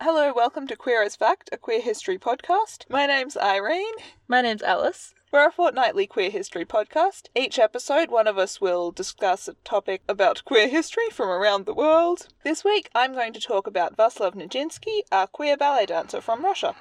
Hello, welcome to Queer as Fact, a queer history podcast. My name's Irene. My name's Alice. We're a fortnightly queer history podcast. Each episode, one of us will discuss a topic about queer history from around the world. This week, I'm going to talk about Vaslav Nijinsky, a queer ballet dancer from Russia.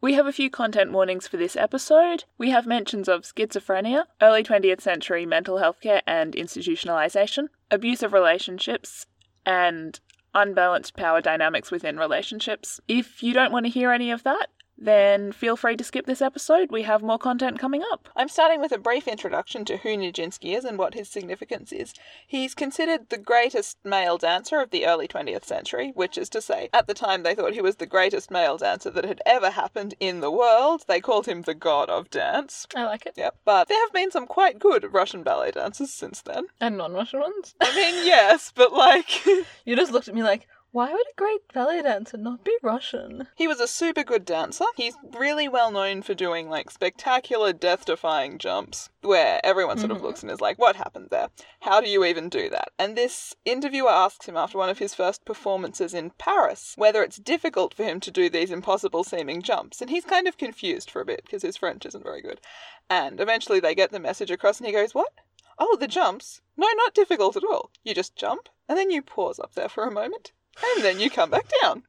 We have a few content warnings for this episode. We have mentions of schizophrenia, early 20th century mental health care and institutionalization, abusive relationships, and unbalanced power dynamics within relationships. If you don't want to hear any of that, then feel free to skip this episode. We have more content coming up. I'm starting with a brief introduction to who Nijinsky is and what his significance is. He's considered the greatest male dancer of the early 20th century, which is to say, at the time they thought he was the greatest male dancer that had ever happened in the world. They called him the god of dance. I like it. Yep, but there have been some quite good Russian ballet dancers since then. And non Russian ones. I mean, yes, but like, you just looked at me like, why would a great ballet dancer not be Russian? he was a super good dancer. He's really well known for doing like spectacular death defying jumps where everyone sort of looks and is like, what happened there? How do you even do that? And this interviewer asks him after one of his first performances in Paris whether it's difficult for him to do these impossible seeming jumps. And he's kind of confused for a bit because his French isn't very good. And eventually they get the message across and he goes, what? Oh, the jumps? No, not difficult at all. You just jump and then you pause up there for a moment and then you come back down.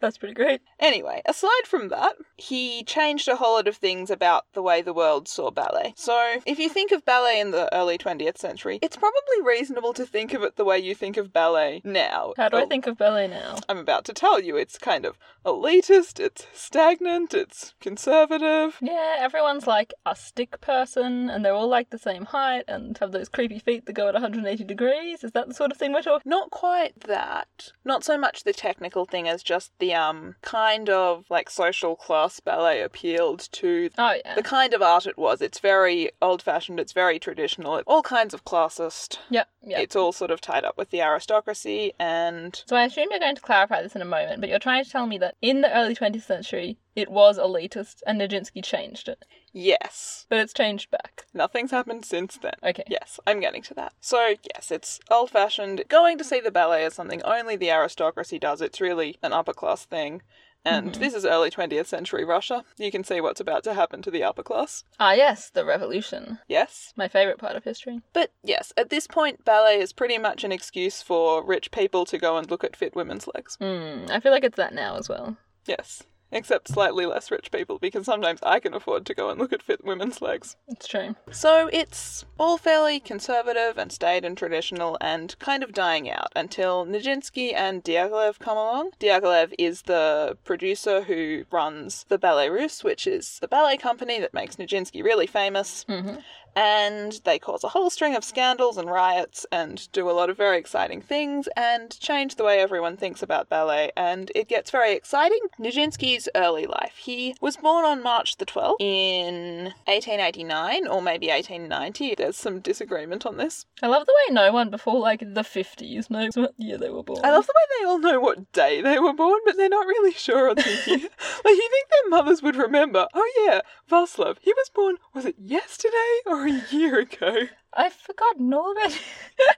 That's pretty great. Anyway, aside from that, he changed a whole lot of things about the way the world saw ballet. So, if you think of ballet in the early 20th century, it's probably reasonable to think of it the way you think of ballet now. How do I Oh, think of ballet now? I'm about to tell you, it's kind of elitist, it's stagnant, it's conservative. Yeah, everyone's like a stick person, and they're all like the same height and have those creepy feet that go at 180 degrees. Is that the sort of thing we're talking? Not quite that. Not so much the technical thing as just the um kind of like social class ballet appealed to Oh yeah, the kind of art it was. It's very old fashioned, it's very traditional, it's all kinds of classist. yeah, yeah. It's all sort of tied up with the aristocracy and. So I assume you're going to clarify this in a moment, but you're trying to tell me that in the early 20th century it was elitist, and Nijinsky changed it, Yes. but it's changed back. Nothing's happened since then. Okay. Yes, I'm getting to that. So, yes, it's old fashioned. Going to see the ballet is something only the aristocracy does. It's really an upper class thing. And this is early 20th century Russia. You can see what's about to happen to the upper class. Ah yes, the revolution. Yes. My favorite part of history. But yes, at this point, ballet is pretty much an excuse for rich people to go and look at fit women's legs. Mm, I feel like it's that now as well. Yes. Except slightly less rich people, because sometimes I can afford to go and look at fit women's legs. It's true. So it's all fairly conservative and staid and traditional and kind of dying out until Nijinsky and Diaghilev come along. Diaghilev is the producer who runs the Ballet Russe, which is the ballet company that makes Nijinsky really famous. Mhm. And they cause a whole string of scandals and riots and do a lot of very exciting things and change the way everyone thinks about ballet. And it gets very exciting. Nijinsky's early life. He was born on March the 12th in 1889 or maybe 1890. There's some disagreement on this. I love the way no one before like the 50s knows what year they were born. I love the way they all know what day they were born, but they're not really sure on the year. like, you think their mothers would remember, oh yeah, Vaslav, he was born, was it yesterday or a year ago? I've forgotten all about it.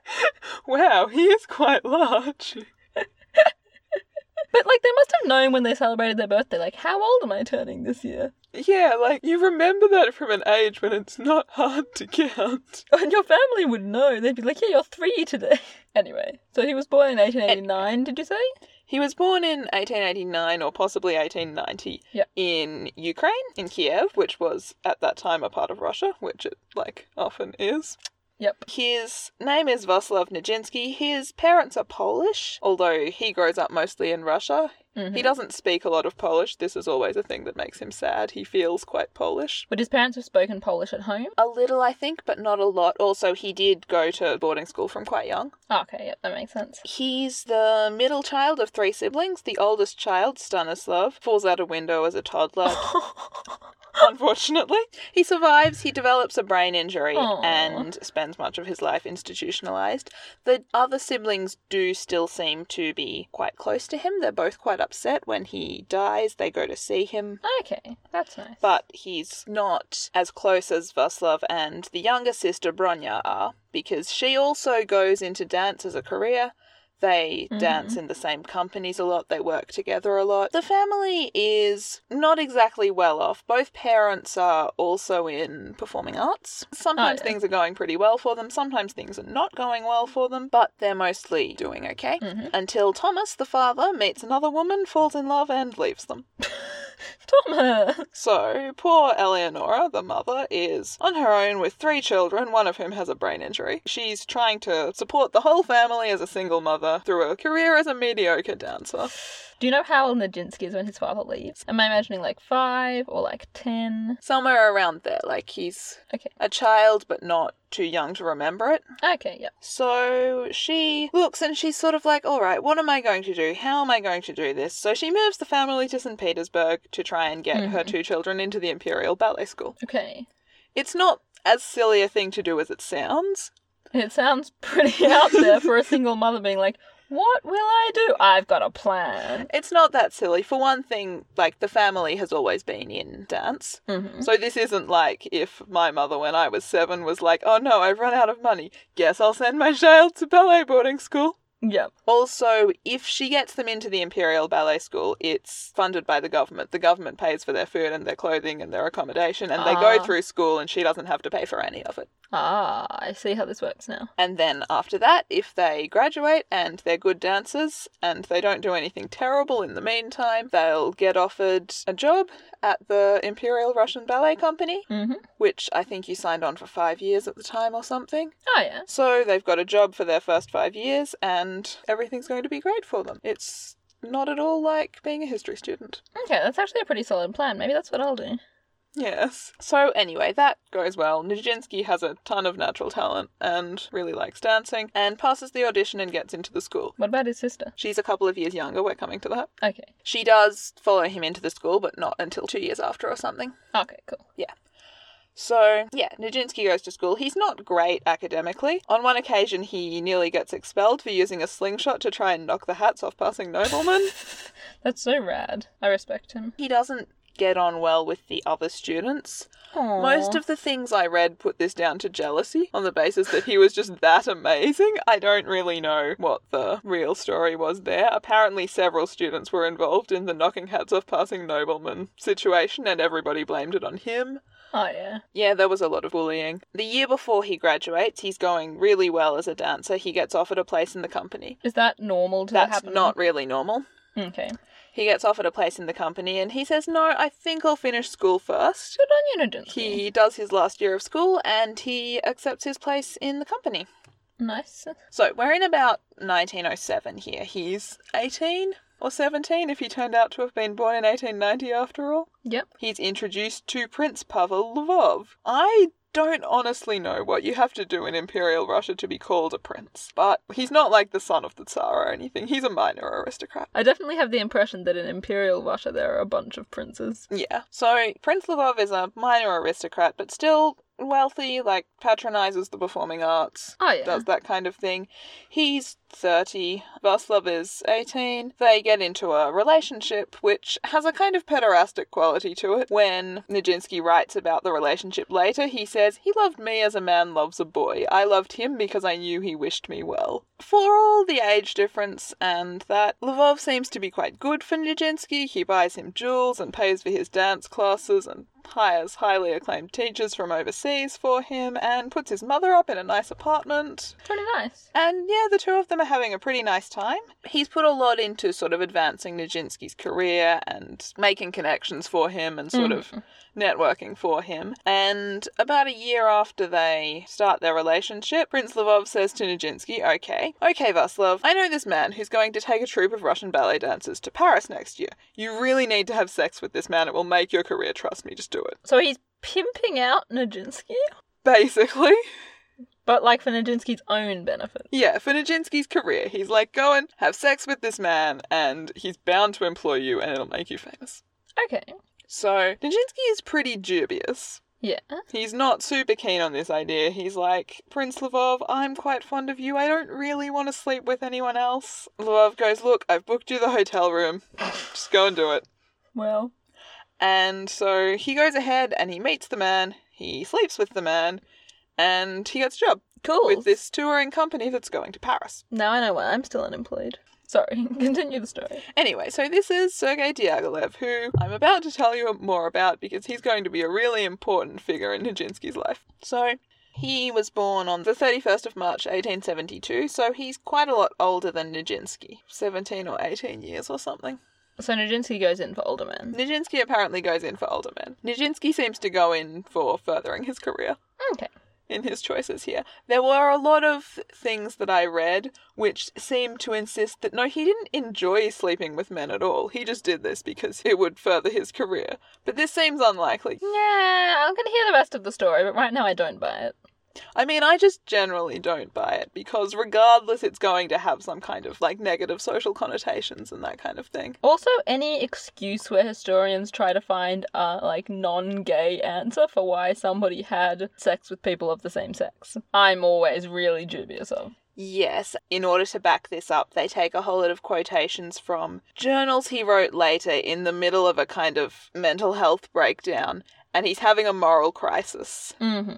Wow, he is quite large. But like they must have known when they celebrated their birthday, like, how old am I turning this year? Yeah, like, you remember that from an age when it's not hard to count. And your family would know. They'd be like, Yeah, you're three today. Anyway, so he was born in eighteen eighty nine, did you say? He was born in 1889 or possibly 1890 Yep. in Ukraine, in Kiev, which was at that time a part of Russia, which it, like, often is. Yep. His name is Vaslav Nijinsky. His parents are Polish, although he grows up mostly in Russia. Mhm. He doesn't speak a lot of Polish. This is always a thing that makes him sad. He feels quite Polish. Would his parents have spoken Polish at home? A little, I think, but not a lot. Also, he did go to boarding school from quite young. Oh, okay, yep, that makes sense. He's the middle child of three siblings. The oldest child, Stanislav, falls out a window as a toddler. unfortunately. He survives, he develops a brain injury, Aw. and spends much of his life institutionalized. The other siblings do still seem to be quite close to him. They're both quite upset when he dies, they go to see him. Okay, that's nice. But he's not as close as Vaslav and the younger sister Bronya are because she also goes into dance as a career. They dance in the same companies a lot, they work together a lot. The family is not exactly well off. Both parents are also in performing arts. Sometimes yeah. things are going pretty well for them, sometimes things are not going well for them, but they're mostly doing okay. Until Thomas, the father, meets another woman, falls in love, and leaves them. Thomas. So, poor Eleonora, the mother, is on her own with three children, one of whom has a brain injury. She's trying to support the whole family as a single mother through a career as a mediocre dancer. Do you know how old Nijinsky is when his father leaves? Am I imagining like five or like ten? Somewhere around there, like he's Okay. a child but not too young to remember it. Okay, yeah. So she looks and she's sort of like, all right, what am I going to do? How am I going to do this? So she moves the family to St. Petersburg to try and get her two children into the Imperial Ballet School. Okay. It's not as silly a thing to do as it sounds. It sounds pretty out there for a single mother being like, what will I do? I've got a plan. It's not that silly. For one thing, like the family has always been in dance. Mm-hmm. So this isn't like if my mother when I was 7 was like, "Oh no, I've run out of money. Guess I'll send my child to ballet boarding school." Yeah. Also, if she gets them into the Imperial Ballet School, it's funded by the government. The government pays for their food and their clothing and their accommodation, and they go Ah. through school and she doesn't have to pay for any of it. Ah, I see how this works now. And then after that, if they graduate and they're good dancers and they don't do anything terrible in the meantime, they'll get offered a job at the Imperial Russian Ballet Company, Mm-hmm. which I think you signed on for five years at the time or something. Oh, yeah. So they've got a job for their first five years and everything's going to be great for them. It's not at all like being a history student. Okay, that's actually a pretty solid plan. Maybe that's what I'll do. Yes. So anyway, that goes well. Nijinsky has a ton of natural talent and really likes dancing and passes the audition and gets into the school. What about his sister? She's a couple of years younger, we're coming to that. Okay. She does follow him into the school, but not until two years after or something. Okay, cool. So, yeah, Nijinsky goes to school. He's not great academically. On one occasion, he nearly gets expelled for using a slingshot to try and knock the hats off passing noblemen. That's so rad. I respect him. he doesn't get on well with the other students. Aww. Most of the things I read put this down to jealousy on the basis that he was just that amazing. I don't really know what the real story was there. Apparently, several students were involved in the knocking hats off passing noblemen situation, and everybody blamed it on him. Oh, yeah. Yeah, there was a lot of bullying. The year before he graduates, he's going really well as a dancer. He gets offered a place in the company. Is that normal to That's happen? not really normal. Okay. He gets offered a place in the company and he says, No, I think I'll finish school first. Good on you, Nijinsky. He does his last year of school and he accepts his place in the company. Nice. So we're in about 1907 here. He's 18 or 17 if he turned out to have been born in 1890 after all. Yep. He's introduced to Prince Pavel Lvov. I don't honestly know what you have to do in Imperial Russia to be called a prince, but he's not like the son of the Tsar or anything. He's a minor aristocrat. I definitely have the impression that in Imperial Russia there are a bunch of princes. Yeah. So Prince Lvov is a minor aristocrat, but still wealthy, like patronizes the performing arts. Oh, yeah. Does that kind of thing. He's 30. Vaslav is 18. They get into a relationship which has a kind of pederastic quality to it. When Nijinsky writes about the relationship later, he says, He loved me as a man loves a boy. I loved him because I knew he wished me well. For all the age difference and that, Lvov seems to be quite good for Nijinsky. He buys him jewels and pays for his dance classes and hires highly acclaimed teachers from overseas for him and puts his mother up in a nice apartment. Pretty nice. And yeah, the two of them are having a pretty nice time. He's put a lot into sort of advancing Nijinsky's career and making connections for him and sort of networking for him. And about a year after they start their relationship, Prince Lvov says to Nijinsky, Okay, okay, Vaslav, I know this man who's going to take a troupe of Russian ballet dancers to Paris next year. You really need to have sex with this man. It will make your career. Trust me, just do it. So he's pimping out Nijinsky, Basically. but like for Nijinsky's own benefit. Yeah, for Nijinsky's career, he's like, go and have sex with this man, and he's bound to employ you, and it'll make you famous. Okay. So Nijinsky is pretty dubious. Yeah. He's not super keen on this idea. He's like, Prince Lvov, I'm quite fond of you. I don't really want to sleep with anyone else. Lvov goes, Look, I've booked you the hotel room. Just go and do it. Well, And so he goes ahead and he meets the man, he sleeps with the man, and he gets a job Cool. with this touring company that's going to Paris. Now I know why I'm still unemployed. Sorry. Continue the story. Anyway, so this is Sergei Diaghilev, who I'm about to tell you more about because he's going to be a really important figure in Nijinsky's life. So, he was born on the 31st of March 1872, so he's quite a lot older than Nijinsky 17 or 18 years or something. So Nijinsky goes in for older men. Nijinsky apparently goes in for older men. Nijinsky seems to go in for furthering his career Okay. in his choices here. There were a lot of things that I read which seemed to insist that no, he didn't enjoy sleeping with men at all. He just did this because it would further his career. But this seems unlikely. Yeah, I'm gonna hear the rest of the story, but right now I don't buy it. I mean, I just generally don't buy it because regardless, it's going to have some kind of like negative social connotations and that kind of thing. Also, any excuse where historians try to find a like non-gay answer for why somebody had sex with people of the same sex, I'm always really dubious of. Yes, in order to back this up, they take a whole lot of quotations from journals he wrote later in the middle of a kind of mental health breakdown, and he's having a moral crisis. hmm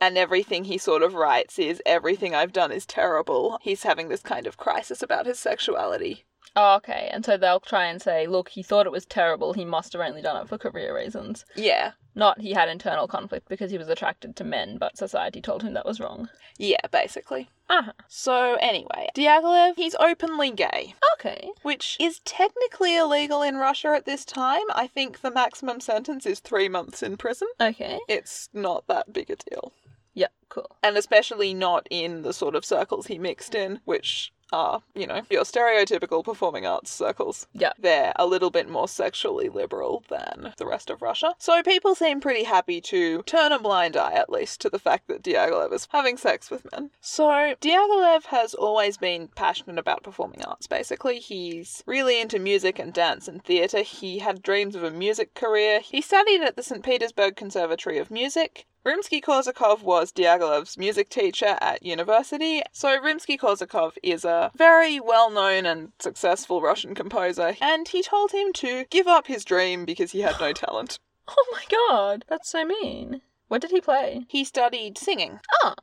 And everything he sort of writes is everything I've done is terrible. He's having this kind of crisis about his sexuality. Oh, Okay, and so they'll try and say, look, he thought it was terrible. He must have only done it for career reasons. Yeah, Not he had internal conflict because he was attracted to men, but society told him that was wrong. yeah, basically. Uh-huh. So, anyway, Diaghilev, he's openly gay. Okay. which is technically illegal in Russia at this time. I think the maximum sentence is three months in prison. Okay. It's not that big a deal. Yep, cool. And especially not in the sort of circles he mixed in, which are, you know, your stereotypical performing arts circles. Yeah. They're a little bit more sexually liberal than the rest of Russia. So people seem pretty happy to turn a blind eye, at least, to the fact that Diaghilev is having sex with men. So Diaghilev has always been passionate about performing arts, basically. He's really into music and dance and theatre. He had dreams of a music career. He studied at the St. Petersburg Conservatory of Music. Rimsky Korsakov was Diaghilev's music teacher at university, so Rimsky Korsakov is a very well known and successful Russian composer, and he told him to give up his dream because he had no talent. Oh my god, that's so mean. What did he play? He studied singing. Ah,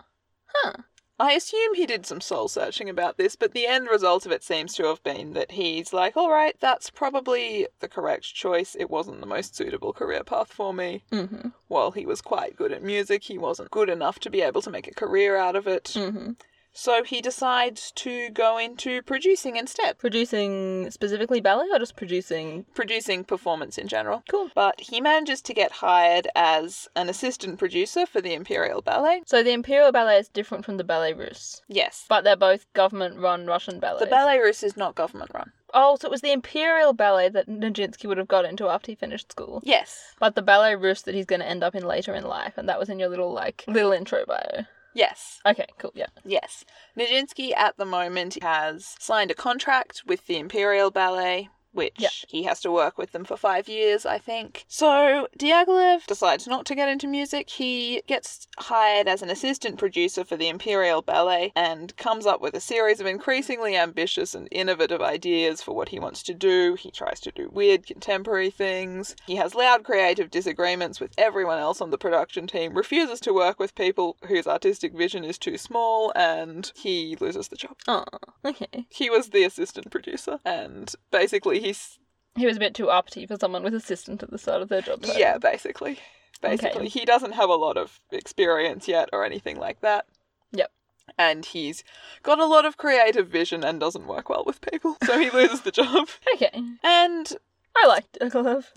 huh. I assume he did some soul searching about this, but the end result of it seems to have been that he's like, alright, that's probably the correct choice. It wasn't the most suitable career path for me. Mm-hmm. While he was quite good at music, he wasn't good enough to be able to make a career out of it. Mm-hmm. So he decides to go into producing instead, Producing specifically ballet or just producing? producing performance in general. Cool. But he manages to get hired as an assistant producer for the Imperial Ballet. So the Imperial Ballet is different from the Ballet Russe, Yes. but they're both government-run Russian ballets. The Ballet Russe is not government run. Oh, so it was the Imperial Ballet that Nijinsky would have got into after he finished school. Yes. But the Ballet Russe that he's going to end up in later in life, and that was in your little like little intro bio. Yes. Okay, cool. Yeah. Yes. Nijinsky at the moment has signed a contract with the Imperial Ballet. Which Yeah. he has to work with them for five years, I think. So Diaghilev decides not to get into music. He gets hired as an assistant producer for the Imperial Ballet and comes up with a series of increasingly ambitious and innovative ideas for what he wants to do. He tries to do weird contemporary things. He has loud creative disagreements with everyone else on the production team, refuses to work with people whose artistic vision is too small, and he loses the job. Oh, okay. He was the assistant producer, and basically he's. He was a bit too uppity for someone with assistant at the start of their job. title. Yeah, basically. Basically, he doesn't have a lot of experience yet or anything like that. Yep. And he's got a lot of creative vision and doesn't work well with people, so he loses the job. Okay. And I liked Glove.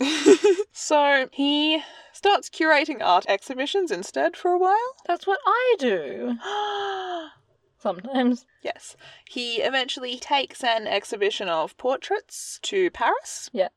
so he starts curating art exhibitions instead for a while. That's what I do sometimes. yes. He eventually takes an exhibition of portraits to Paris. Yeah.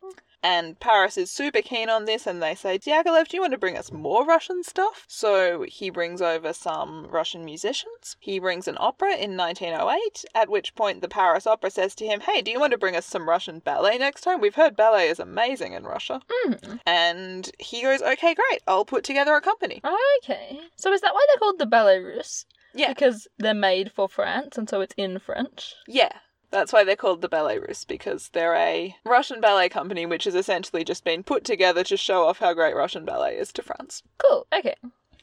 And Paris is super keen on this, and they say, Diaghilev, do you want to bring us more Russian stuff? So he brings over some Russian musicians. He brings an opera in 1908, at which point the Paris Opera says to him, Hey, do you want to bring us some Russian ballet next time? We've heard ballet is amazing in Russia. Mm. And he goes, Okay, great, I'll put together a company. Okay. So is that why they're called the Ballet Russe? Yeah. Because they're made for France and so it's in French. Yeah. That's why they're called the Ballet Russe, because they're a Russian ballet company which has essentially just been put together to show off how great Russian ballet is to France. Cool. Okay.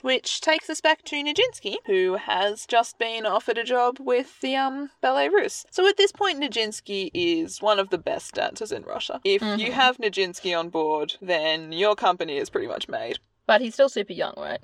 Which takes us back to Nijinsky, who has just been offered a job with the um, Ballet Russe. So at this point, Nijinsky is one of the best dancers in Russia. If you have Nijinsky on board, then your company is pretty much made. But he's still super young, right?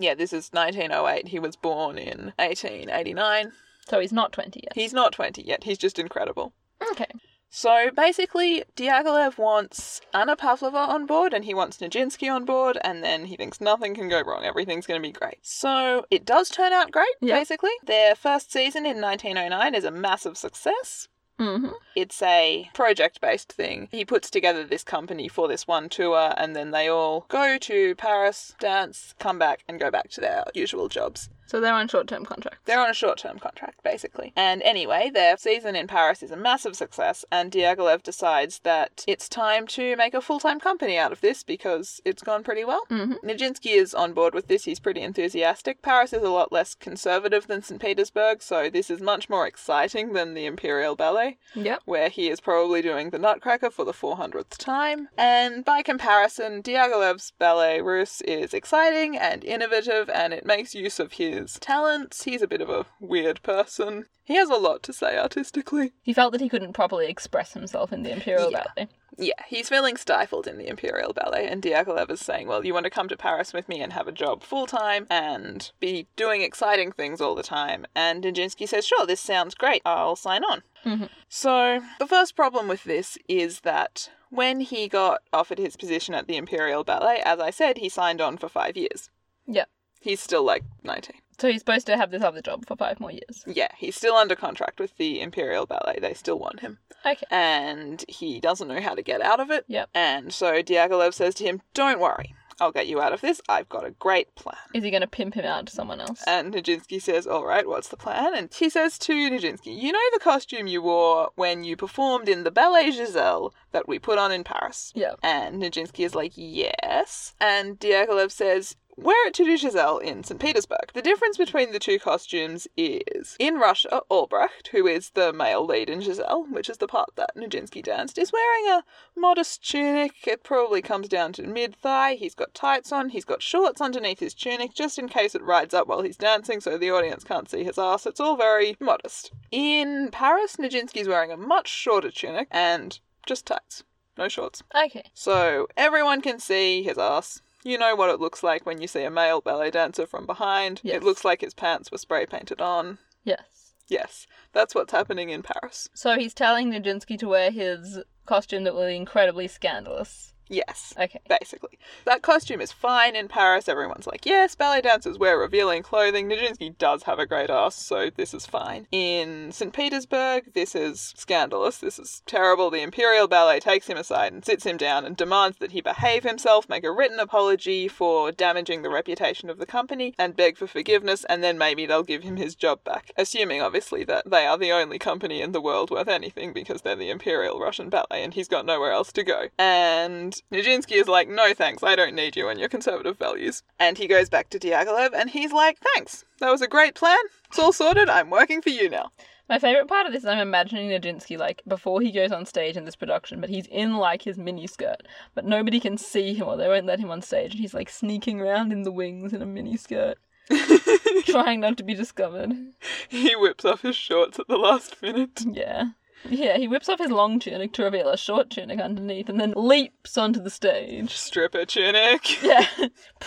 Yeah, this is 1908. He was born in 1889. So he's not 20 yet. He's not 20 yet, he's just incredible. Okay. So basically, Diaghilev wants Anna Pavlova on board and he wants Nijinsky on board, and then he thinks nothing can go wrong, everything's going to be great. So it does turn out great, Yeah. basically. Their first season in 1909 is a massive success. hmm It's a project based thing. He puts together this company for this one tour, and then they all go to Paris, dance, come back, and go back to their usual jobs. So they're on short term contracts. They're on a short term contract, basically. And anyway, their season in Paris is a massive success, and Diaghilev decides that it's time to make a full time company out of this because it's gone pretty well. hmm Nijinsky is on board with this, he's pretty enthusiastic. Paris is a lot less conservative than St. Petersburg, so this is much more exciting than the Imperial Ballet Yep. where he is probably doing the Nutcracker for the 400th time. And by comparison, Diaghilev's Ballet Russe is exciting and innovative and it makes use of his talents. He's a bit of a weird person. He has a lot to say artistically. He felt that he couldn't properly express himself in the Imperial Yeah. Ballet. Yeah, he's feeling stifled in the Imperial Ballet, and Diaghilev is saying, Well, you want to come to Paris with me and have a job full time and be doing exciting things all the time. And Nijinsky says, Sure, this sounds great. I'll sign on. Mhm. So, the first problem with this is that when he got offered his position at the Imperial Ballet, as I said, he signed on for five years. Yeah. He's still like 19. So he's supposed to have this other job for five more years. Yeah, he's still under contract with the Imperial Ballet. They still want him. Okay. And he doesn't know how to get out of it. Yep. And so Diaghilev says to him, Don't worry, I'll get you out of this. I've got a great plan. Is he going to pimp him out to someone else? And Nijinsky says, All right, what's the plan? And he says to Nijinsky, You know the costume you wore when you performed in the Ballet Giselle that we put on in Paris? yeah. And Nijinsky is like, Yes. And Diaghilev says, Wear it to do Giselle in St. Petersburg. The difference between the two costumes is in Russia, Albrecht, who is the male lead in Giselle, which is the part that Nijinsky danced, is wearing a modest tunic. It probably comes down to mid thigh. He's got tights on, he's got shorts underneath his tunic just in case it rides up while he's dancing so the audience can't see his ass. It's all very modest. In Paris, Nijinsky's wearing a much shorter tunic and just tights, no shorts. Okay. So everyone can see his ass. You know what it looks like when you see a male ballet dancer from behind. Yes. It looks like his pants were spray painted on. Yes. Yes, that's what's happening in Paris. So he's telling Nijinsky to wear his costume that will be incredibly scandalous. Yes, Okay. basically. That costume is fine in Paris. Everyone's like, yes, ballet dancers wear revealing clothing. Nijinsky does have a great ass, so this is fine. In St. Petersburg, this is scandalous. This is terrible. The Imperial Ballet takes him aside and sits him down and demands that he behave himself, make a written apology for damaging the reputation of the company, and beg for forgiveness, and then maybe they'll give him his job back. Assuming, obviously, that they are the only company in the world worth anything because they're the Imperial Russian Ballet and he's got nowhere else to go. And Nijinsky is like, no thanks, I don't need you and your conservative values. And he goes back to Diaghilev and he's like, thanks, that was a great plan. It's all sorted, I'm working for you now. My favorite part of this is I'm imagining Nijinsky like before he goes on stage in this production, but he's in like his mini skirt, but nobody can see him or they won't let him on stage, and he's like sneaking around in the wings in a mini skirt, trying not to be discovered. He whips off his shorts at the last minute. Yeah. Yeah, he whips off his long tunic to reveal a short tunic underneath and then leaps onto the stage. Stripper tunic. Yeah.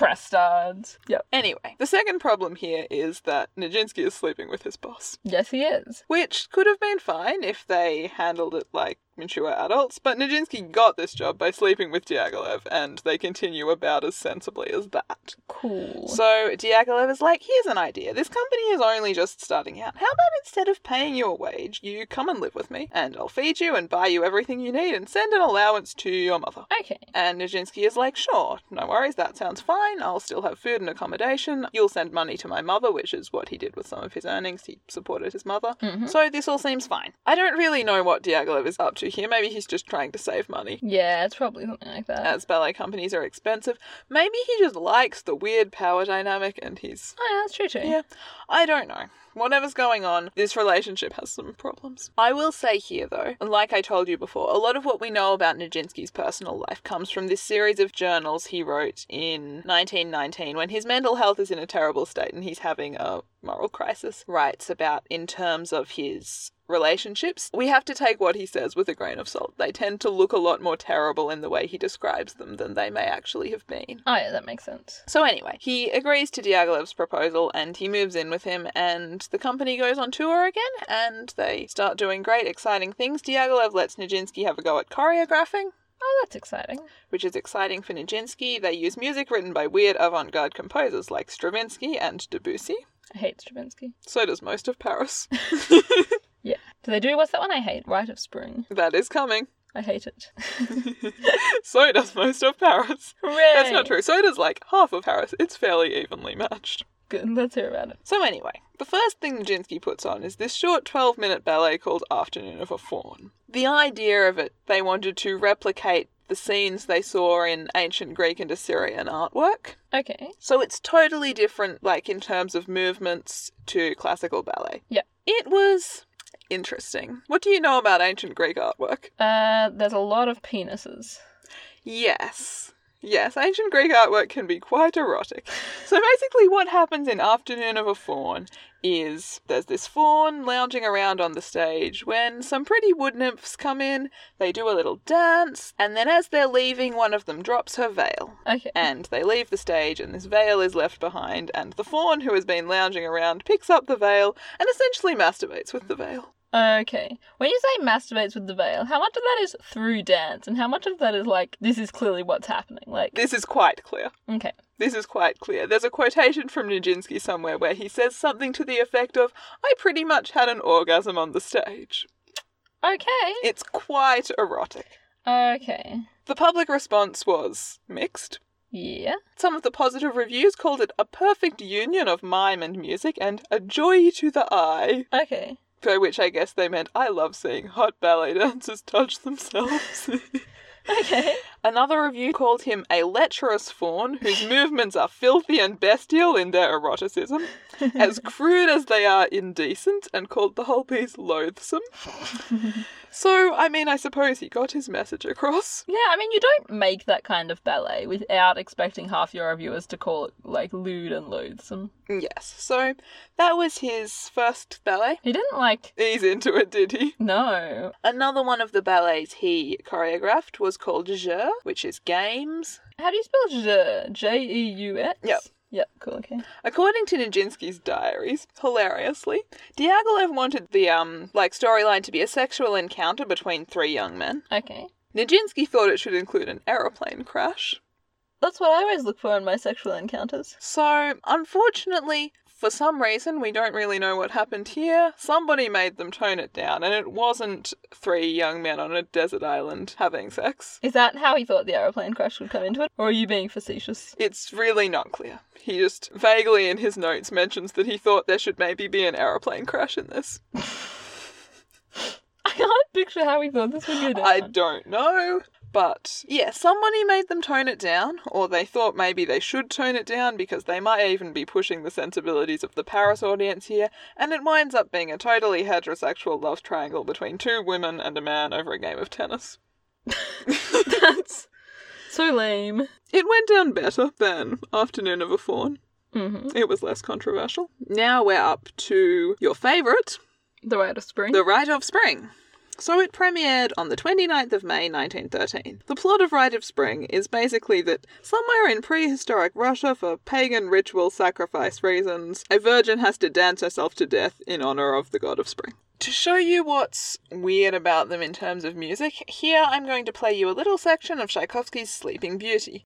Prestards. Yep. Anyway, the second problem here is that Nijinsky is sleeping with his boss. Yes, he is. which could have been fine if they handled it like mature adults, but Nijinsky got this job by sleeping with Diaghilev, and they continue about as sensibly as that. Cool. So Diaghilev is like, here's an idea. This company is only just starting out. How about instead of paying you a wage, you come and live with me, and I'll feed you and buy you everything you need and send an allowance to your mother. okay. And Nijinsky is like, sure, no worries, that sounds fine. I'll still have food and accommodation. You'll send money to my mother, which is what he did with some of his earnings. He supported his mother. So this all seems fine. I don't really know what Diaghilev is up to here. Maybe he's just trying to save money. Yeah, it's probably something like that. As ballet companies are expensive, maybe he just likes the weird power dynamic and he's. oh, yeah, that's true too. Yeah, I don't know. Whatever's going on, this relationship has some problems. I will say here, though, like I told you before, a lot of what we know about Nijinsky's personal life comes from this series of journals he wrote in 1919 when his mental health is in a terrible state and he's having a moral crisis. Writes about in terms of his relationships. We have to take what he says with a grain of salt. They tend to look a lot more terrible in the way he describes them than they may actually have been. Oh, yeah, that makes sense. So anyway, he agrees to Diaghilev's proposal and he moves in with him and the company goes on tour again and they start doing great exciting things. Diaghilev lets Nijinsky have a go at choreographing, Oh, that's exciting. which is exciting for Nijinsky. They use music written by weird avant-garde composers like Stravinsky and Debussy. I hate Stravinsky. So does most of Paris. Yeah. Do they do what's that one I hate? Rite of Spring. that is coming. I hate it. so does most of Paris. Hooray! That's not true. So does like half of Paris. It's fairly evenly matched. Good. Let's hear about it. So anyway, the first thing Nijinsky puts on is this short 12-minute ballet called Afternoon of a Faun. The idea of it, they wanted to replicate the scenes they saw in ancient Greek and Assyrian artwork. Okay. So it's totally different like in terms of movements to classical ballet. Yeah. It was interesting. What do you know about ancient Greek artwork? Uh, there's a lot of penises. Yes. Yes, ancient Greek artwork can be quite erotic. So basically, what happens in Afternoon of a Faun is there's this faun lounging around on the stage when some pretty wood nymphs come in, they do a little dance, and then as they're leaving, one of them drops her veil. Okay. And they leave the stage, and this veil is left behind, and the faun who has been lounging around picks up the veil and essentially masturbates with the veil. Okay. When you say masturbates with the veil, how much of that is through dance and how much of that is like, this is clearly what's happening? Like, This is quite clear. okay. This is quite clear. There's a quotation from Nijinsky somewhere where he says something to the effect of, I pretty much had an orgasm on the stage. Okay. It's quite erotic. Okay. The public response was mixed. Yeah. Some of the positive reviews called it a perfect union of mime and music and a joy to the eye, Okay. by which I guess they meant I love seeing hot ballet dancers touch themselves. Okay. Another review called him a lecherous faun whose movements are filthy and bestial in their eroticism, as crude as they are indecent, and called the whole piece loathsome. so, I mean, I suppose he got his message across. Yeah, I mean, you don't make that kind of ballet without expecting half your reviewers to call it, like, lewd and loathsome. Yes, so that was his first ballet. He didn't, like, He's into it, did he? no. Another one of the ballets he choreographed was called Jeu, which is games. How do you spell je? J E U S? Yep. Yep, cool, okay. According to Nijinsky's diaries, hilariously, Diaghilev wanted the um like storyline to be a sexual encounter between three young men. Okay. Nijinsky thought it should include an aeroplane crash. That's what I always look for in my sexual encounters. So, unfortunately, for some reason we don't really know what happened here. Somebody made them tone it down, and it wasn't three young men on a desert island having sex. Is that how he thought the aeroplane crash would come into it? Or are you being facetious? It's really not clear. He just vaguely in his notes mentions that he thought there should maybe be an aeroplane crash in this. I can't picture how he thought this would go down. I don't know. But yeah, somebody made them tone it down, or they thought maybe they should tone it down because they might even be pushing the sensibilities of the Paris audience here, and it winds up being a totally heterosexual love triangle between two women and a man over a game of tennis. That's so lame. It went down better than Afternoon of a Fawn. hmm It was less controversial. Now we're up to your favourite, The Rite of Spring. The Rite of Spring. So it premiered on the 29th of May 1913. The plot of Rite of Spring is basically that somewhere in prehistoric Russia, for pagan ritual sacrifice reasons, a virgin has to dance herself to death in honor of the god of spring. To show you what's weird about them in terms of music, here I'm going to play you a little section of Tchaikovsky's Sleeping Beauty.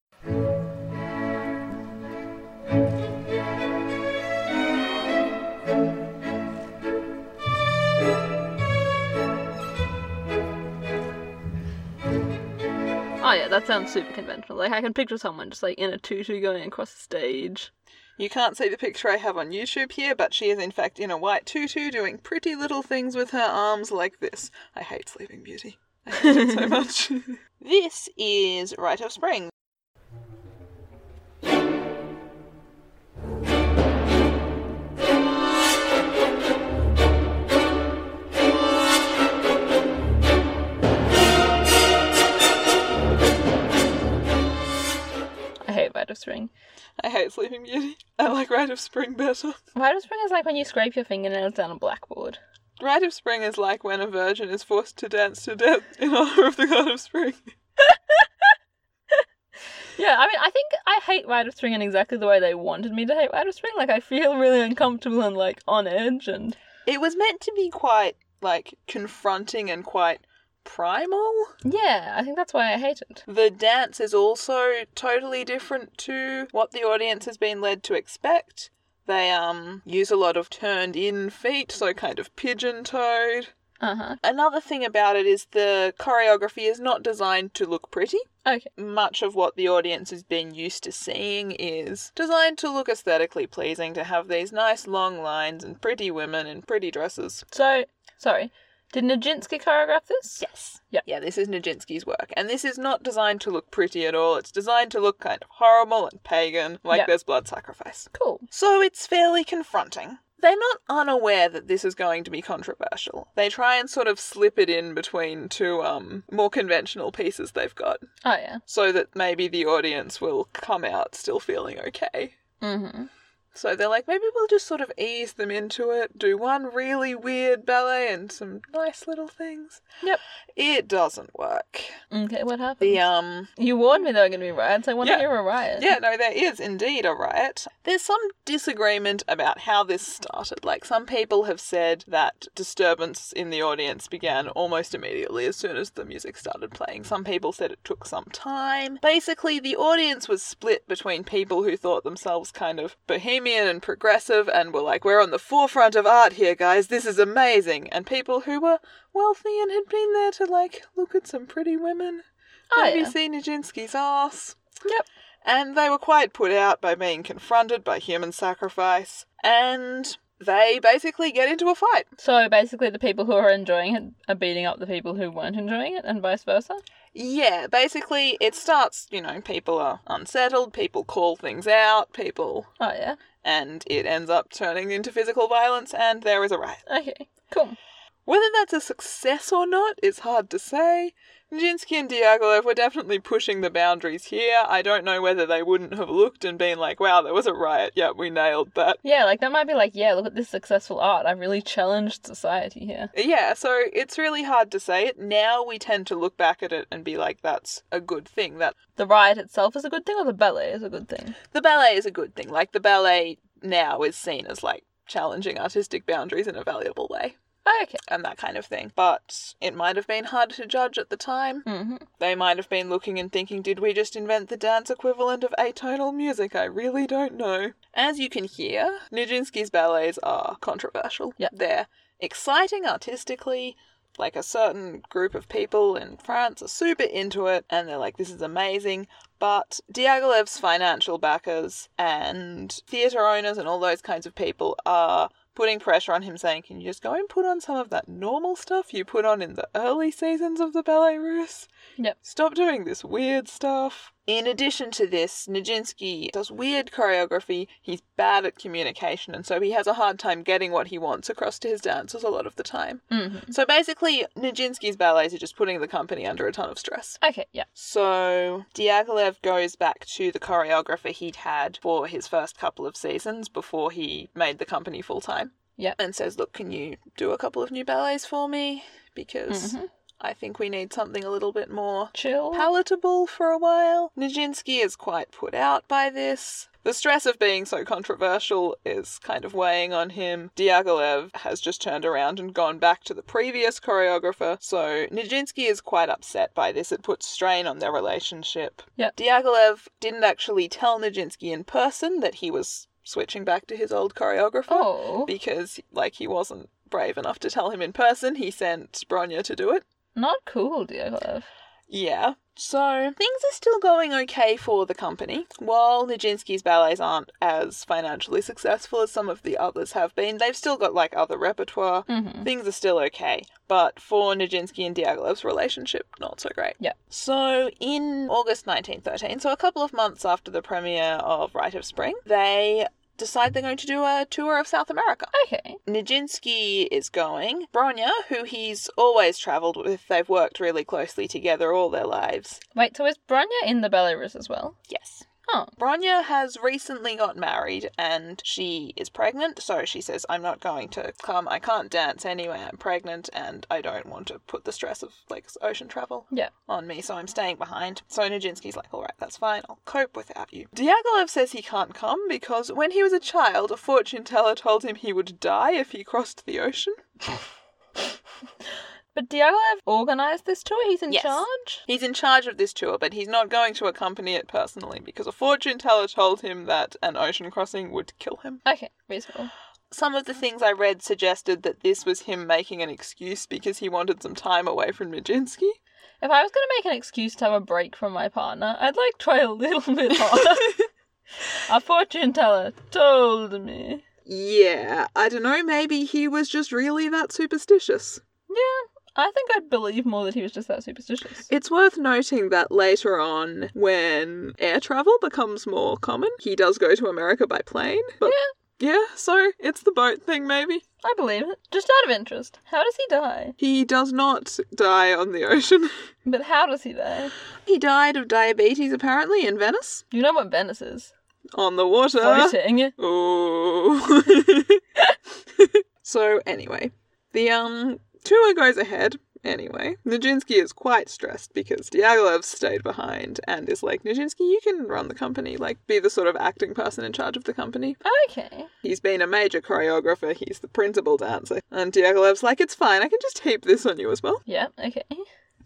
Oh yeah, that sounds super conventional. Like I can picture someone just like in a tutu going across the stage. You can't see the picture I have on YouTube here, but she is in fact in a white tutu doing pretty little things with her arms like this. I hate Sleeping Beauty. I hate it so much. this is Rite of Spring. I hate Rite of Spring. I hate Sleeping Beauty. I like Rite of Spring better. Rite of Spring is like when you scrape your fingernails down a blackboard. Rite of Spring is like when a virgin is forced to dance to death in honor of the god of spring. Yeah, I mean, I think I hate Rite of Spring in exactly the way they wanted me to hate Rite of Spring. Like I feel really uncomfortable and like on edge and It was meant to be quite, like, confronting and quite primal. yeah, I think that's why I hate it. The dance is also totally different to what the audience has been led to expect. They um use a lot of turned in feet, so kind of pigeon toed. Uh huh. Another thing about it is the choreography is not designed to look pretty. Okay. Much of what the audience has been used to seeing is designed to look aesthetically pleasing, to have these nice long lines and pretty women in pretty dresses. So sorry. Did Nijinsky choreograph this? Yes. Yeah. Yeah, this is Nijinsky's work. And this is not designed to look pretty at all. It's designed to look kind of horrible and pagan, like Yeah. there's blood sacrifice. Cool. So it's fairly confronting. They're not unaware that this is going to be controversial. They try and sort of slip it in between two um, more conventional pieces they've got Oh yeah. so that maybe the audience will come out still feeling okay. Mm-hmm. So they're like, maybe we'll just sort of ease them into it, do one really weird ballet and some nice little things. Yep. It doesn't work. Okay, what happened? The um You warned me there were going to be riots. I want Yeah. to hear a riot. yeah, no, there is indeed a riot. There's some disagreement about how this started. Like some people have said that disturbance in the audience began almost immediately as soon as the music started playing. Some people said it took some time. Basically, the audience was split between people who thought themselves kind of bohemian and progressive and were like, "We're on the forefront of art here, guys. This is amazing." And people who were wealthy and had been there to like look at some pretty women. Oh, maybe yeah. see Nijinsky's ass Yep. and they were quite put out by being confronted by human sacrifice, and they basically get into a fight. So basically, the people who are enjoying it are beating up the people who weren't enjoying it, and vice versa. Yeah, basically, it starts, you know, people are unsettled, people call things out, people, Oh yeah. and it ends up turning into physical violence, and there is a riot. Okay. Cool. Whether that's a success or not is hard to say. Nijinsky and Diaghilev were definitely pushing the boundaries here. I don't know whether they wouldn't have looked and been like, wow, there was a riot, yep, we nailed that. Yeah, like that might be like, yeah, look at this successful art. I've really challenged society here. Yeah, so it's really hard to say it. Now we tend to look back at it and be like, that's a good thing. That The riot itself is a good thing, or the ballet is a good thing. the ballet is a good thing. Like the ballet now is seen as like challenging artistic boundaries in a valuable way Okay. and that kind of thing. But it might have been harder to judge at the time. hmm They might have been looking and thinking, did we just invent the dance equivalent of atonal music? I really don't know. As you can hear, Nijinsky's ballets are controversial. Yeah. They're exciting artistically. Like a certain group of people in France are super into it and they're like, this is amazing. But Diaghilev's financial backers and theatre owners and all those kinds of people are putting pressure on him, saying, Can you just go and put on some of that normal stuff you put on in the early seasons of the Ballet Russe? Yep. Stop doing this weird stuff. In addition to this, Nijinsky does weird choreography. He's bad at communication, and so he has a hard time getting what he wants across to his dancers a lot of the time. hmm So basically, Nijinsky's ballets are just putting the company under a ton of stress. Okay. Yeah. So Diaghilev goes back to the choreographer he'd had for his first couple of seasons before he made the company full time. Yep. And says, Look, can you do a couple of new ballets for me? Because Mhm. I think we need something a little bit more Chill. palatable for a while. Nijinsky is quite put out by this. The stress of being so controversial is kind of weighing on him. Diaghilev has just turned around and gone back to the previous choreographer, so Nijinsky is quite upset by this. It puts strain on their relationship. Yep. Diaghilev didn't actually tell Nijinsky in person that he was switching back to his old choreographer Oh, because, like, he wasn't brave enough to tell him in person. He sent Bronya to do it. not cool, Diaghilev. Yeah. So things are still going okay for the company. While Nijinsky's ballets aren't as financially successful as some of the others have been, they've still got like other repertoire. Mm-hmm. Things are still okay, but for Nijinsky and Diaghilev's relationship, not so great. Yeah. So in August 1913, so a couple of months after the premiere of Rite of Spring, they decide they're going to do a tour of South America. Okay. Nijinsky is going. Bronya, who he's always travelled with, they've worked really closely together all their lives. Wait, so is Bronya in the Belarus as well? Yes. Oh. Bronya has recently got married and she is pregnant, so she says, I'm not going to come. I can't dance anyway. I'm pregnant and I don't want to put the stress of like ocean travel Yeah. on me, so I'm staying behind. So Nijinsky's like, all right, that's fine, I'll cope without you. Diaghilev says he can't come because when he was a child, a fortune teller told him he would die if he crossed the ocean. But Diaghilev organised this tour? He's in Yes. charge? He's in charge of this tour, but he's not going to accompany it personally because a fortune teller told him that an ocean crossing would kill him. Okay, reasonable. Some of the things I read suggested that this was him making an excuse because he wanted some time away from Nijinsky. If I was going to make an excuse to have a break from my partner, I'd like try a little bit harder. a fortune teller told me. Yeah, I don't know, maybe he was just really that superstitious. I think I'd believe more that he was just that superstitious. It's worth noting that later on, when air travel becomes more common, he does go to America by plane. But yeah. so it's the boat thing, maybe. I believe it. Just out of interest. How does he die? He does not die on the ocean. But how does he die? he died of diabetes, apparently, in Venice You know what Venice is? on the water. Floating. Oh. so anyway, the um tour goes ahead. Anyway, Nijinsky is quite stressed because Diaghilev stayed behind and is like, Nijinsky, you can run the company, like be the sort of acting person in charge of the company. Okay. He's been a major choreographer, he's the principal dancer. And Diaghilev's like, it's fine, I can just heap this on you as well. Yeah, okay.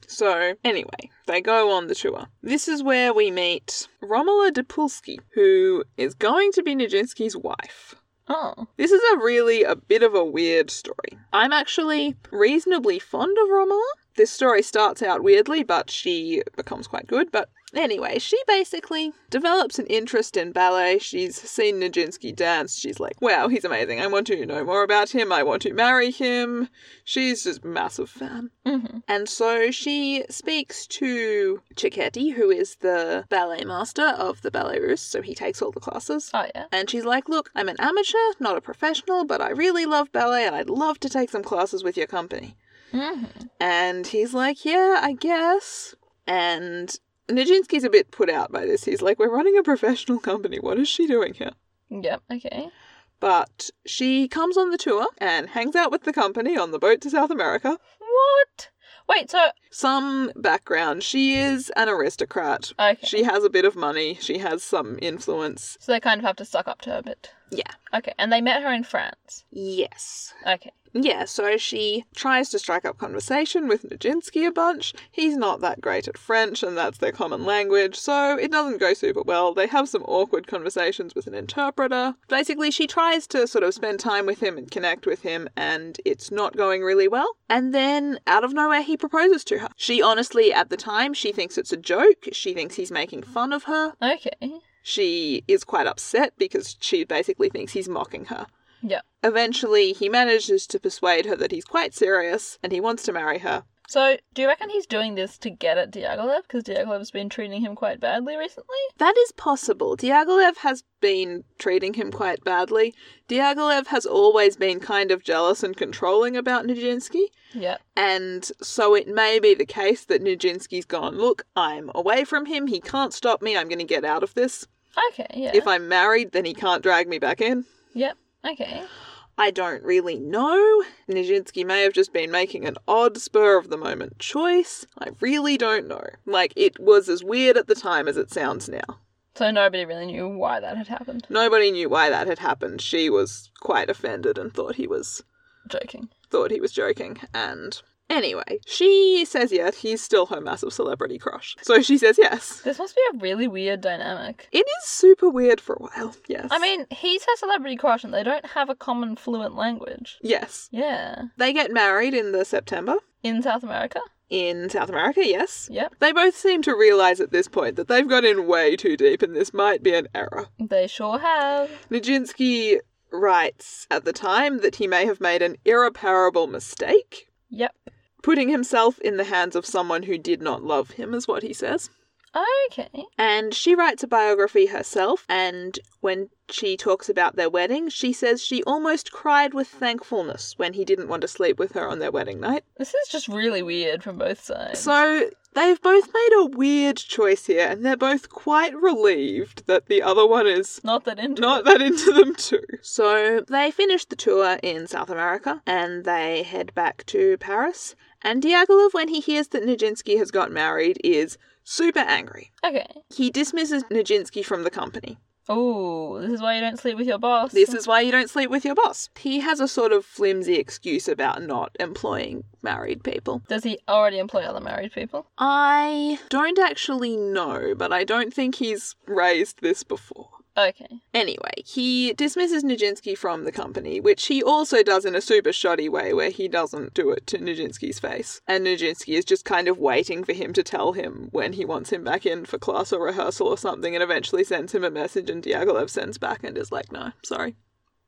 So, anyway, they go on the tour. This is where we meet Romola Depulski, who is going to be Nijinsky's wife. Oh. This is a really a bit of a weird story. I'm actually reasonably fond of Romola. This story starts out weirdly, but she becomes quite good. But anyway, she basically develops an interest in ballet. She's seen Nijinsky dance. She's like, wow, he's amazing. I want to know more about him. I want to marry him. She's just a massive fan. Mm-hmm. And so she speaks to Cicchetti, who is the ballet master of the Ballet Russe. So he takes all the classes. Oh, yeah. And she's like, Look, I'm an amateur, not a professional, but I really love ballet and I'd love to take some classes with your company. Mm-hmm. And he's like, Yeah, I guess. And Nijinsky's a bit put out by this. He's like, We're running a professional company. What is she doing here? Yep, okay. But she comes on the tour and hangs out with the company on the boat to South America. What? Wait, so. Some background. She is an aristocrat. Okay. She has a bit of money. She has some influence. So they kind of have to suck up to her a bit. Yeah. Okay, and they met her in France. Yes. Okay. Yeah, so she tries to strike up conversation with Nijinsky a bunch. He's not that great at French, and that's their common language, so it doesn't go super well. They have some awkward conversations with an interpreter. Basically, she tries to sort of spend time with him and connect with him, and it's not going really well. And then, out of nowhere, he proposes to her. She honestly, at the time, she thinks it's a joke. She thinks he's making fun of her. Okay. She is quite upset because she basically thinks he's mocking her. Yeah. Eventually, he manages to persuade her that he's quite serious and he wants to marry her. So, do you reckon he's doing this to get at Diaghilev? Because Diaghilev's been treating him quite badly recently? That is possible. Diaghilev has been treating him quite badly. Diaghilev has always been kind of jealous and controlling about Nijinsky, Yep. and so it may be the case that Nijinsky's gone, Look, I'm away from him, he can't stop me, I'm going to get out of this. Okay, yeah. If I'm married, then he can't drag me back in. Yep. Okay. I don't really know. Nijinsky may have just been making an odd spur of the moment choice. I really don't know. Like, it was as weird at the time as it sounds now. So nobody really knew why that had happened. Nobody knew why that had happened. She was quite offended and thought he was Joking. thought he was joking. And anyway, she says yes. He's still her massive celebrity crush. So she says yes. This must be a really weird dynamic. It is super weird for a while. Yes. I mean, he's her celebrity crush and they don't have a common fluent language. yes. Yeah. They get married in the September In South America? in South America. Yes. Yep. They both seem to realize at this point that they've got in way too deep and this might be an error. They sure have. Nijinsky writes at the time that he may have made an irreparable mistake. Yep. Putting himself in the hands of someone who did not love him is what he says. Okay. And she writes a biography herself, and when she talks about their wedding, she says she almost cried with thankfulness when he didn't want to sleep with her on their wedding night. This is just really weird from both sides. So they've both made a weird choice here, and they're both quite relieved that the other one is not that into not that into them too. So they finished the tour in South America and they head back to Paris. And Diaghilev, when he hears that Nijinsky has got married, is super angry. Okay. He dismisses Nijinsky from the company. Oh, this is why you don't sleep with your boss. This is why you don't sleep with your boss. He has a sort of flimsy excuse about not employing married people. Does he already employ other married people? I don't actually know, but I don't think he's raised this before. Okay. Anyway, he dismisses Nijinsky from the company, which he also does in a super shoddy way where he doesn't do it to Nijinsky's face. And Nijinsky is just kind of waiting for him to tell him when he wants him back in for class or rehearsal or something and eventually sends him a message and Diaghilev sends back and is like, no, sorry,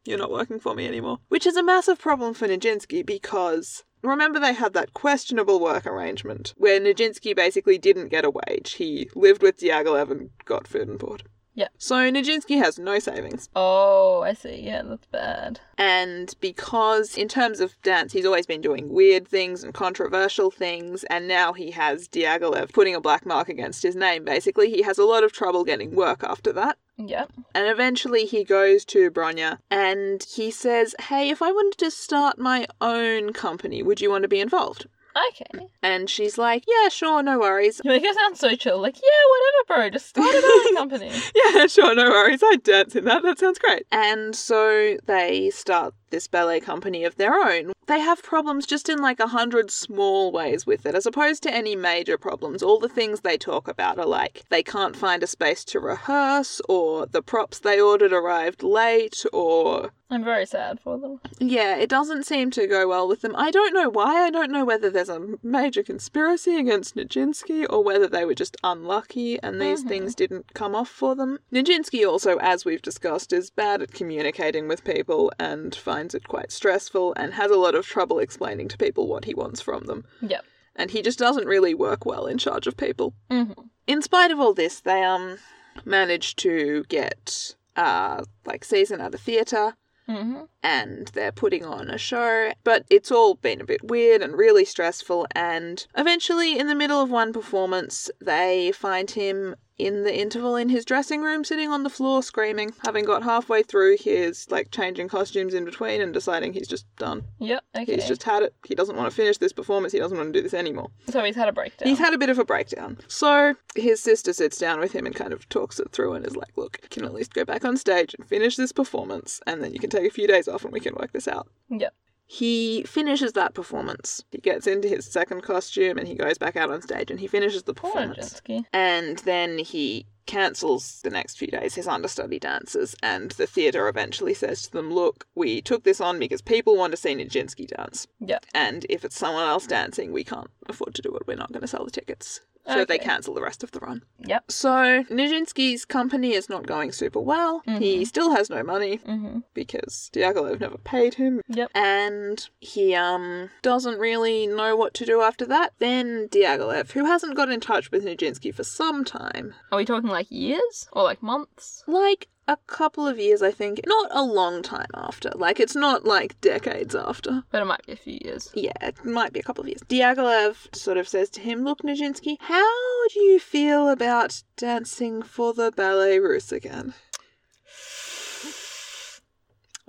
you're not working for me anymore. Which is a massive problem for Nijinsky because remember they had that questionable work arrangement where Nijinsky basically didn't get a wage. He lived with Diaghilev and got food and board. Yeah. So Nijinsky has no savings. Oh, I see. Yeah, that's bad. And because, in terms of dance, he's always been doing weird things and controversial things, and now he has Diaghilev putting a black mark against his name, basically, he has a lot of trouble getting work after that. Yep. And eventually he goes to Bronya and he says, Hey, if I wanted to start my own company, would you want to be involved? Okay. And she's like, Yeah, sure, no worries. You make it sound so chill. Like, yeah, whatever, bro. Just start another company. Yeah, sure, no worries. I'd dance in that. That sounds great. And so they start this ballet company of their own. They have problems just in like a hundred small ways with it, as opposed to any major problems. All the things they talk about are like they can't find a space to rehearse, or the props they ordered arrived late, or I'm very sad for them. yeah, it doesn't seem to go well with them. I don't know why. I don't know whether there's a major conspiracy against Nijinsky or whether they were just unlucky and these things didn't come off for them. Nijinsky also, as we've discussed, is bad at communicating with people and finds it quite stressful and has a lot of trouble explaining to people what he wants from them. Yep. And he just doesn't really work well in charge of people hmm in spite of all this, they um managed to get uh like season at a theater hmm and they're putting on a show, but it's all been a bit weird and really stressful and eventually in the middle of one performance, they find him in the interval in his dressing room sitting on the floor screaming, having got halfway through his like changing costumes in between and deciding he's just done. Yep. Okay. He's just had it. He doesn't want to finish this performance. He doesn't want to do this anymore. So he's had a breakdown. He's had a bit of a breakdown. So his sister sits down with him and kind of talks it through and is like, look, you can at least go back on stage and finish this performance, and then you can take a few days off and we can work this out. Yep. He finishes that performance. He gets into his second costume and he goes back out on stage and he finishes the Poor performance. Nijinsky. And then he cancels the next few days his understudy dances, and the theatre eventually says to them, look, we took this on because people want to see Nijinsky dance Yep. and if it's someone else dancing, we can't afford to do it. We're not going to sell the tickets. So they Okay. cancel the rest of the run. Yep. So Nijinsky's company is not going super well. He still has no money hmm because Diaghilev never paid him. Yep. And he um doesn't really know what to do after that. Then Diaghilev, who hasn't got in touch with Nijinsky for some time, Are we talking like years or like months? like a couple of years I think, not a long time after. Like it's not like decades after. But it might be a few years. Yeah, it might be a couple of years. Diaghilev sort of says to him, Look, Nijinsky, how do you feel about dancing for the Ballet Russe again?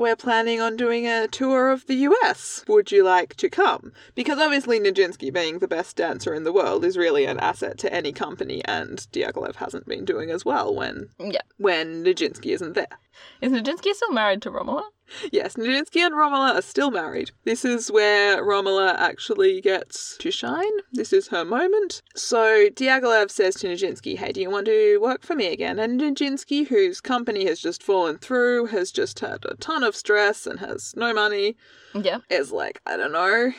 we're planning on doing a tour of the US. Would you like to come? Because obviously, Nijinsky, being the best dancer in the world, is really an asset to any company, and Diaghilev hasn't been doing as well when Yeah. when Nijinsky isn't there. Is Nijinsky still married to Romola? Yes, Nijinsky and Romola are still married. This is where Romola actually gets to shine. This is her moment. So Diaghilev says to Nijinsky, Hey, do you want to work for me again? And Nijinsky, whose company has just fallen through, has just had a ton of stress and has no money, Yeah. is like, I don't know.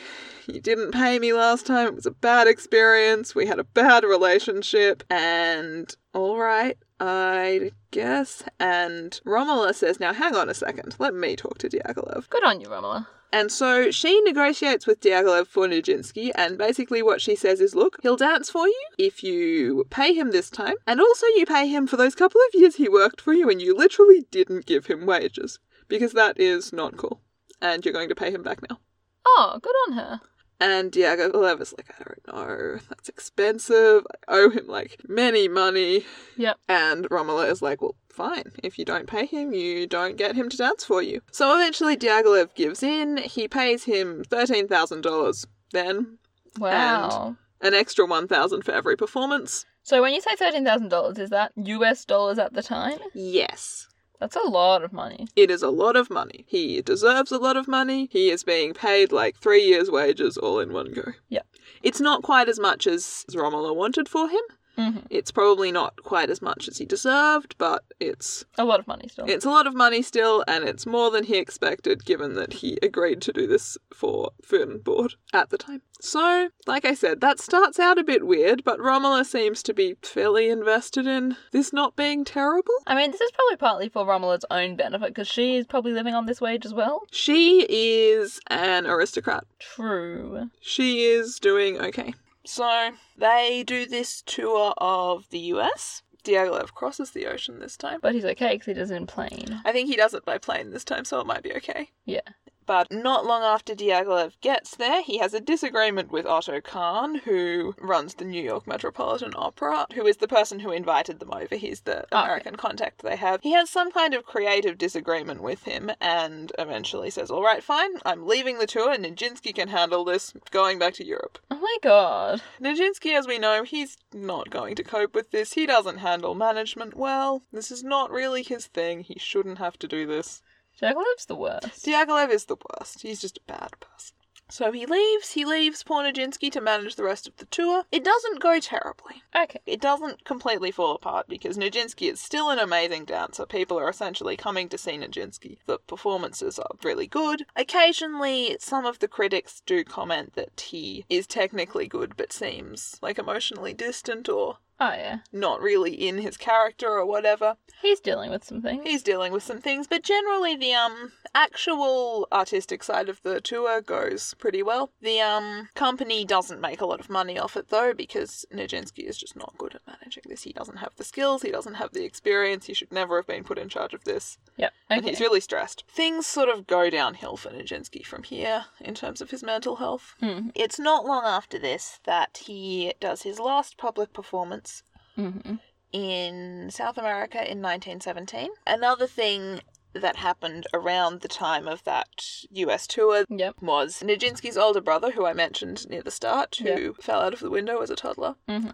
You didn't pay me last time. It was a bad experience. We had a bad relationship. And all right, I guess. And Romola says, Now hang on a second. Let me talk to Diaghilev. Good on you, Romola. And so she negotiates with Diaghilev for Nijinsky, and basically what she says is, look, he'll dance for you if you pay him this time, and also you pay him for those couple of years he worked for you and you literally didn't give him wages, because that is not cool, and you're going to pay him back now. Oh, good on her. And Diaghilev is like, I don't know, that's expensive, I owe him like many money. Yep. And Romola is like, well, fine. If you don't pay him, you don't get him to dance for you. So eventually Diaghilev gives in. He pays him $13,000 then, Wow. an extra 1000 for every performance. So when you say thirteen thousand dollars, is that US dollars at the time? Yes. That's a lot of money. It is a lot of money. He deserves a lot of money. He is being paid like three years' wages all in one go. Yep. It's not quite as much as Romola wanted for him. Mhm. It's probably not quite as much as he deserved, but it's A lot of money still. It's a lot of money still, and it's more than he expected given that he agreed to do this for Fern Board at the time. So, like I said, that starts out a bit weird, but Romola seems to be fairly invested in this not being terrible. I mean, this is probably partly for Romola's own benefit because she is probably living on this wage as well. She is an aristocrat. True. She is doing okay. So, they do this tour of the US. Diaghilev crosses the ocean this time. But he's okay because he does it in plane. I think he does it by plane this time, so it might be okay. Yeah. But not long after Diaghilev gets there, he has a disagreement with Otto Kahn, who runs the New York Metropolitan Opera, who is the person who invited them over. He's the Ah, okay. American contact they have. He has some kind of creative disagreement with him and eventually says, All right, fine, I'm leaving the tour. Nijinsky can handle this, going back to Europe. Oh my god. Nijinsky, as we know, he's not going to cope with this. He doesn't handle management well. This is not really his thing. He shouldn't have to do this. Jackalopes the worst. Diaghilev is the worst. He's just a bad person. So he leaves. He leaves Pornajinsky to manage the rest of the tour. It doesn't go terribly. Okay. It doesn't completely fall apart because Nijinsky is still an amazing dancer. People are essentially coming to see Nijinsky. The performances are really good. Occasionally, some of the critics do comment that he is technically good but seems like emotionally distant or Oh yeah. not really in his character or whatever. He's dealing with some things. He's dealing with some things, but generally the um actual artistic side of the tour goes pretty well. The um company doesn't make a lot of money off it though because Nijinsky is just not good at managing this. He doesn't have the skills, he doesn't have the experience, he should never have been put in charge of this. Yep. And Okay. he's really stressed. Things sort of go downhill for Nijinsky from here in terms of his mental health. Mhm. It's not long after this that he does his last public performance hmm in South America in 1917. Another thing that happened around the time of that US tour Yep. was Nijinsky's older brother, who I mentioned near the start, who fell out of the window as a toddler, hmm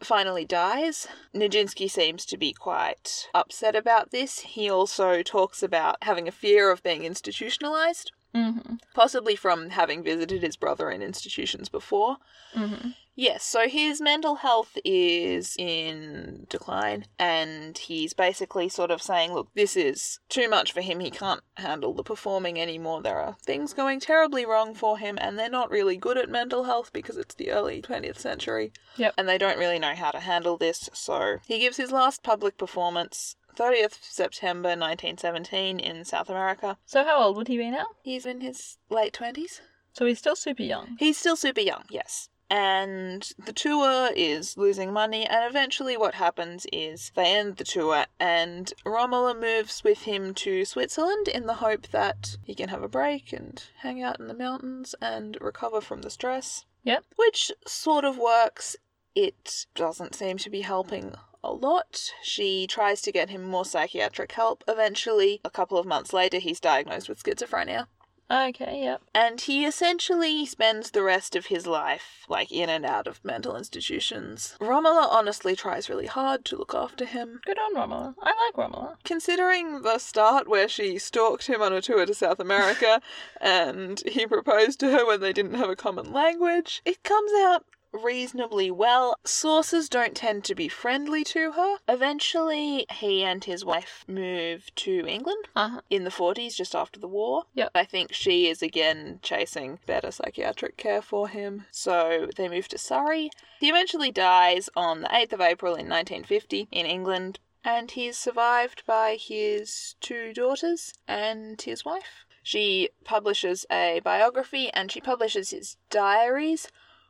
finally dies. Nijinsky seems to be quite upset about this. He also talks about having a fear of being institutionalized, hmm possibly from having visited his brother in institutions before. hmm Yes, so his mental health is in decline, and he's basically sort of saying, Look, this is too much for him. He can't handle the performing anymore. There are things going terribly wrong for him, and they're not really good at mental health because it's the early 20th century, Yep. and they don't really know how to handle this. So he gives his last public performance 30th September 1917 in South America. So how old would he be now? He's in his late 20s. So he's still super young. He's still super young, yes. And the tour is losing money, and eventually, what happens is they end the tour, and Romola moves with him to Switzerland in the hope that he can have a break and hang out in the mountains and recover from the stress. Yep. Which sort of works. It doesn't seem to be helping a lot. She tries to get him more psychiatric help eventually. A couple of months later, he's diagnosed with schizophrenia. Okay, yep. And he essentially spends the rest of his life, like, in and out of mental institutions. Romola honestly tries really hard to look after him. Good on Romola. I like Romola. Considering the start where she stalked him on a tour to South America and he proposed to her when they didn't have a common language, it comes out reasonably well. Sources don't tend to be friendly to her. Eventually, he and his wife move to England Uh-huh. in the 40s, just after the war. Yep. I think she is again chasing better psychiatric care for him, so they move to Surrey. He eventually dies on the 8th of April in 1950 in England, and he's survived by his two daughters and his wife. She publishes a biography and she publishes his diaries,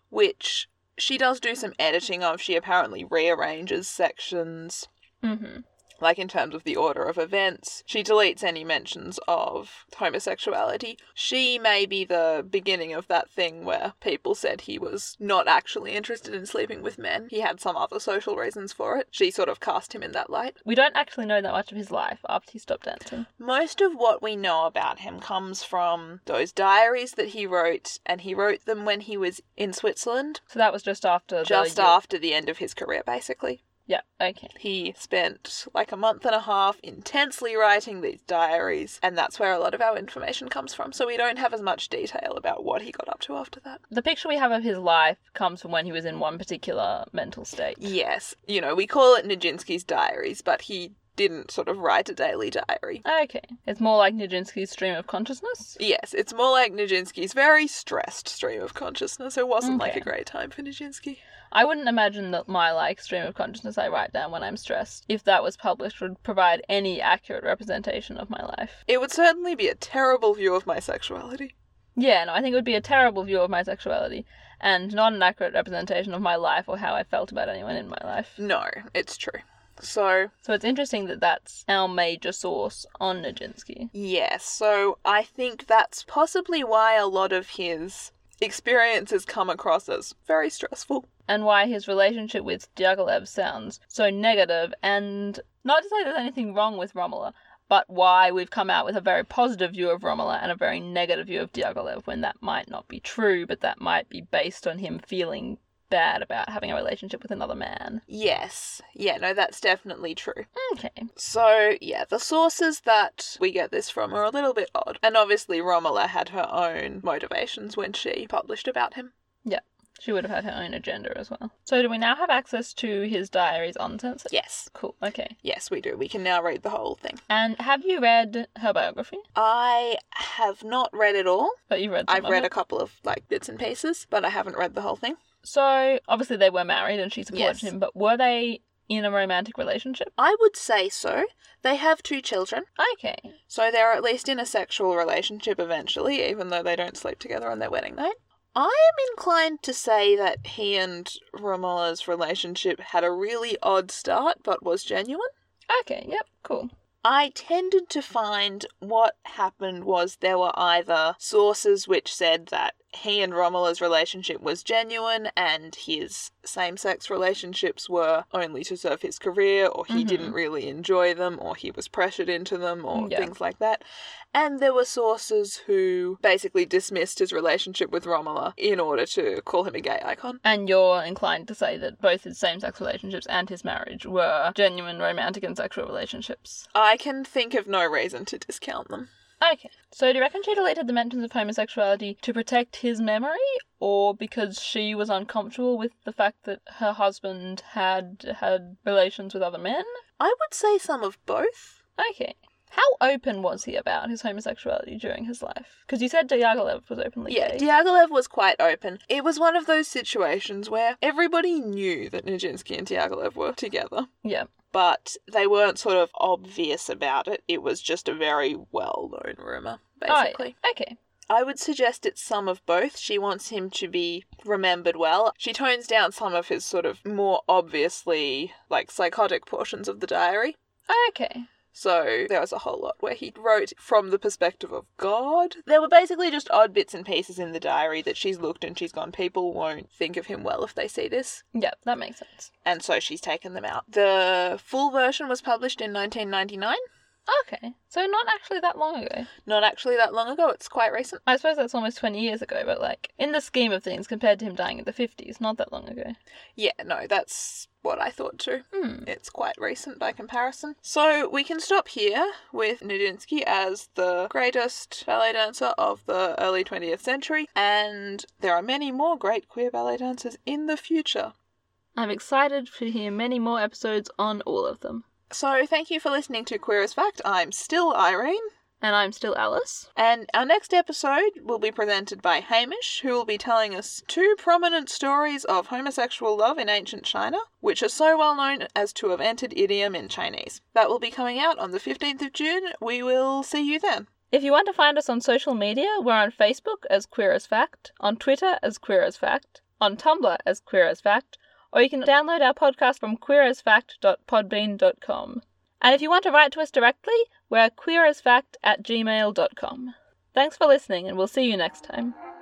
which she does do some editing of. She apparently rearranges sections Mm-hmm. like in terms of the order of events. She deletes any mentions of homosexuality. She may be the beginning of that thing where people said he was not actually interested in sleeping with men. He had some other social reasons for it. She sort of cast him in that light. We don't actually know that much of his life after he stopped dancing. Most of what we know about him comes from those diaries that he wrote, and he wrote them when he was in Switzerland, So that was just after the just Euro- after the end of his career, basically. Yeah, okay. He spent like a month and a half intensely writing these diaries, and that's where a lot of our information comes from. So we don't have as much detail about what he got up to after that. The picture we have of his life comes from when he was in one particular mental state. Yes, you know, we call it Nijinsky's diaries, but he didn't sort of write a daily diary. Okay. It's more like Nijinsky's stream of consciousness. Yes, it's more like Nijinsky's very stressed stream of consciousness. It wasn't like Okay. a great time for Nijinsky. I wouldn't imagine that my like stream of consciousness I write down when I'm stressed, if that was published, would provide any accurate representation of my life. It would certainly be a terrible view of my sexuality. Yeah, no, I think it would be a terrible view of my sexuality and not an accurate representation of my life or how I felt about anyone in my life. No, it's true. So, So it's interesting that that's our major source on Nijinsky. Yes, so I think that's possibly why a lot of his experiences come across as very stressful. and why his relationship with Diaghilev sounds so negative, and not to say there's anything wrong with Romola, but why we've come out with a very positive view of Romola and a very negative view of Diaghilev when that might not be true, but that might be based on him feeling bad about having a relationship with another man. Yes, yeah, no, that's definitely true. Okay. So, yeah, the sources that we get this from are a little bit odd. And obviously, Romola had her own motivations when she published about him. She would have had her own agenda as well. So do we now have access to his diaries uncensored? Yes, Cool. Okay. yes, we do. We can now read the whole thing. And have you read her biography? I have not read it all. But you've read some I've of read it. a couple of, like, bits and pieces, but I haven't read the whole thing. So obviously they were married and she Yes. supported him, but were they in a romantic relationship? I would say so. They have two children. Okay. So they're at least in a sexual relationship eventually, even though they don't sleep together on their wedding night. I am inclined to say that he and Romola's relationship had a really odd start, but was genuine. Okay, yep, cool. I tended to find what happened was there were either sources which said that he and Romola's relationship was genuine and his same sex relationships were only to serve his career, or he Mhm. didn't really enjoy them, or he was pressured into them, or Yeah. things like that. And there were sources who basically dismissed his relationship with Romola in order to call him a gay icon. And you're inclined to say that both his same sex relationships and his marriage were genuine romantic and sexual relationships. I can think of no reason to discount them. Okay. So do you reckon she deleted the mentions of homosexuality to protect his memory or because she was uncomfortable with the fact that her husband had had relations with other men? I would say some of both. Okay. How open was he about his homosexuality during his life? Because you said Diaghilev was openly Yeah, gay. Diaghilev was quite open. It was one of those situations where everybody knew that Nijinsky and Diaghilev were together, yeah. but they weren't sort of obvious about it. It was just a very well known rumour, Oh, yeah. basically. Okay. I would suggest it's some of both. She wants him to be remembered well. She tones down some of his sort of more obviously like psychotic portions of the diary. Okay. So there was a whole lot where he wrote from the perspective of God. There were basically just odd bits and pieces in the diary that she's looked and she's gone, people won't think of him well if they see this. Yeah, that makes sense. And so she's taken them out. The full version was published in 1999. Okay, so not actually that long ago. Not actually that long ago, it's quite recent. I suppose that's almost 20 years ago, but like, in the scheme of things, compared to him dying in the 50s, not that long ago. Yeah, no, that's what I thought too. Hmm. It's quite recent by comparison. So we can stop here with Nijinsky as the greatest ballet dancer of the early 20th century, and there are many more great queer ballet dancers in the future. I'm excited to hear many more episodes on all of them. So thank you for listening to Queer as Fact. I'm still Irene. And I'm still Alice. And our next episode will be presented by Hamish, who will be telling us two prominent stories of homosexual love in ancient China, which are so well known as to have entered idiom in Chinese. That will be coming out on the 15th of June. We will see you then. If you want to find us on social media, we're on Facebook as Queer as Fact, on Twitter as Queer as Fact, on Tumblr as Queer as Fact, or you can download our podcast from queerasfact.podbean.com. And if you want to write to us directly, we're queerasfact at gmail.com. Thanks for listening, and we'll see you next time.